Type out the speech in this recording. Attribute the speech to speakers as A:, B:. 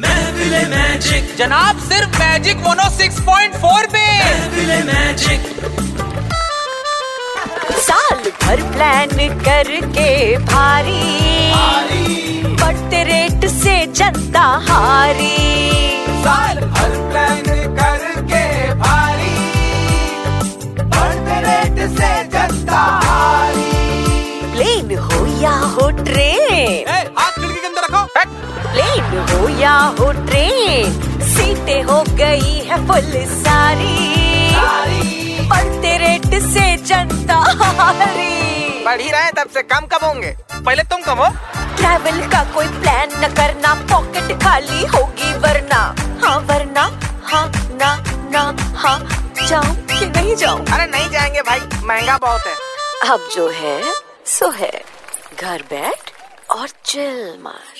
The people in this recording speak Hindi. A: महफिले मैजिक
B: जनाब सिर्फ मैजिक मोनो 6.4 पे
A: महफिले मैजिक
C: साल भर प्लान करके भारी बढ़ते रेट से जनता हारी
B: साल भर प्लान करके भारी बढ़ते रेट से जनता हारी
C: प्लेन हो या हो ट्रेन
B: ए, हाथ खिड़की के अंदर रखो हट,
C: प्लेन हो या हो ट्रेन सीटें हो गई है फुल सारी
B: भारी।
C: बढ़ते रेट से जनता हारी
B: बढ़ ही रहे हैं, तब से कम कम होंगे पहले तुम कम हो
C: ट्रैवल का कोई प्लान न करना पॉकेट खाली होगी वरना हाँ वरना हाँ ना ना हाँ जाऊं कि नहीं जाऊं
B: अरे नहीं जाएंगे भाई महंगा बहुत है
C: अब जो है सो है घर बैठ और चिल मार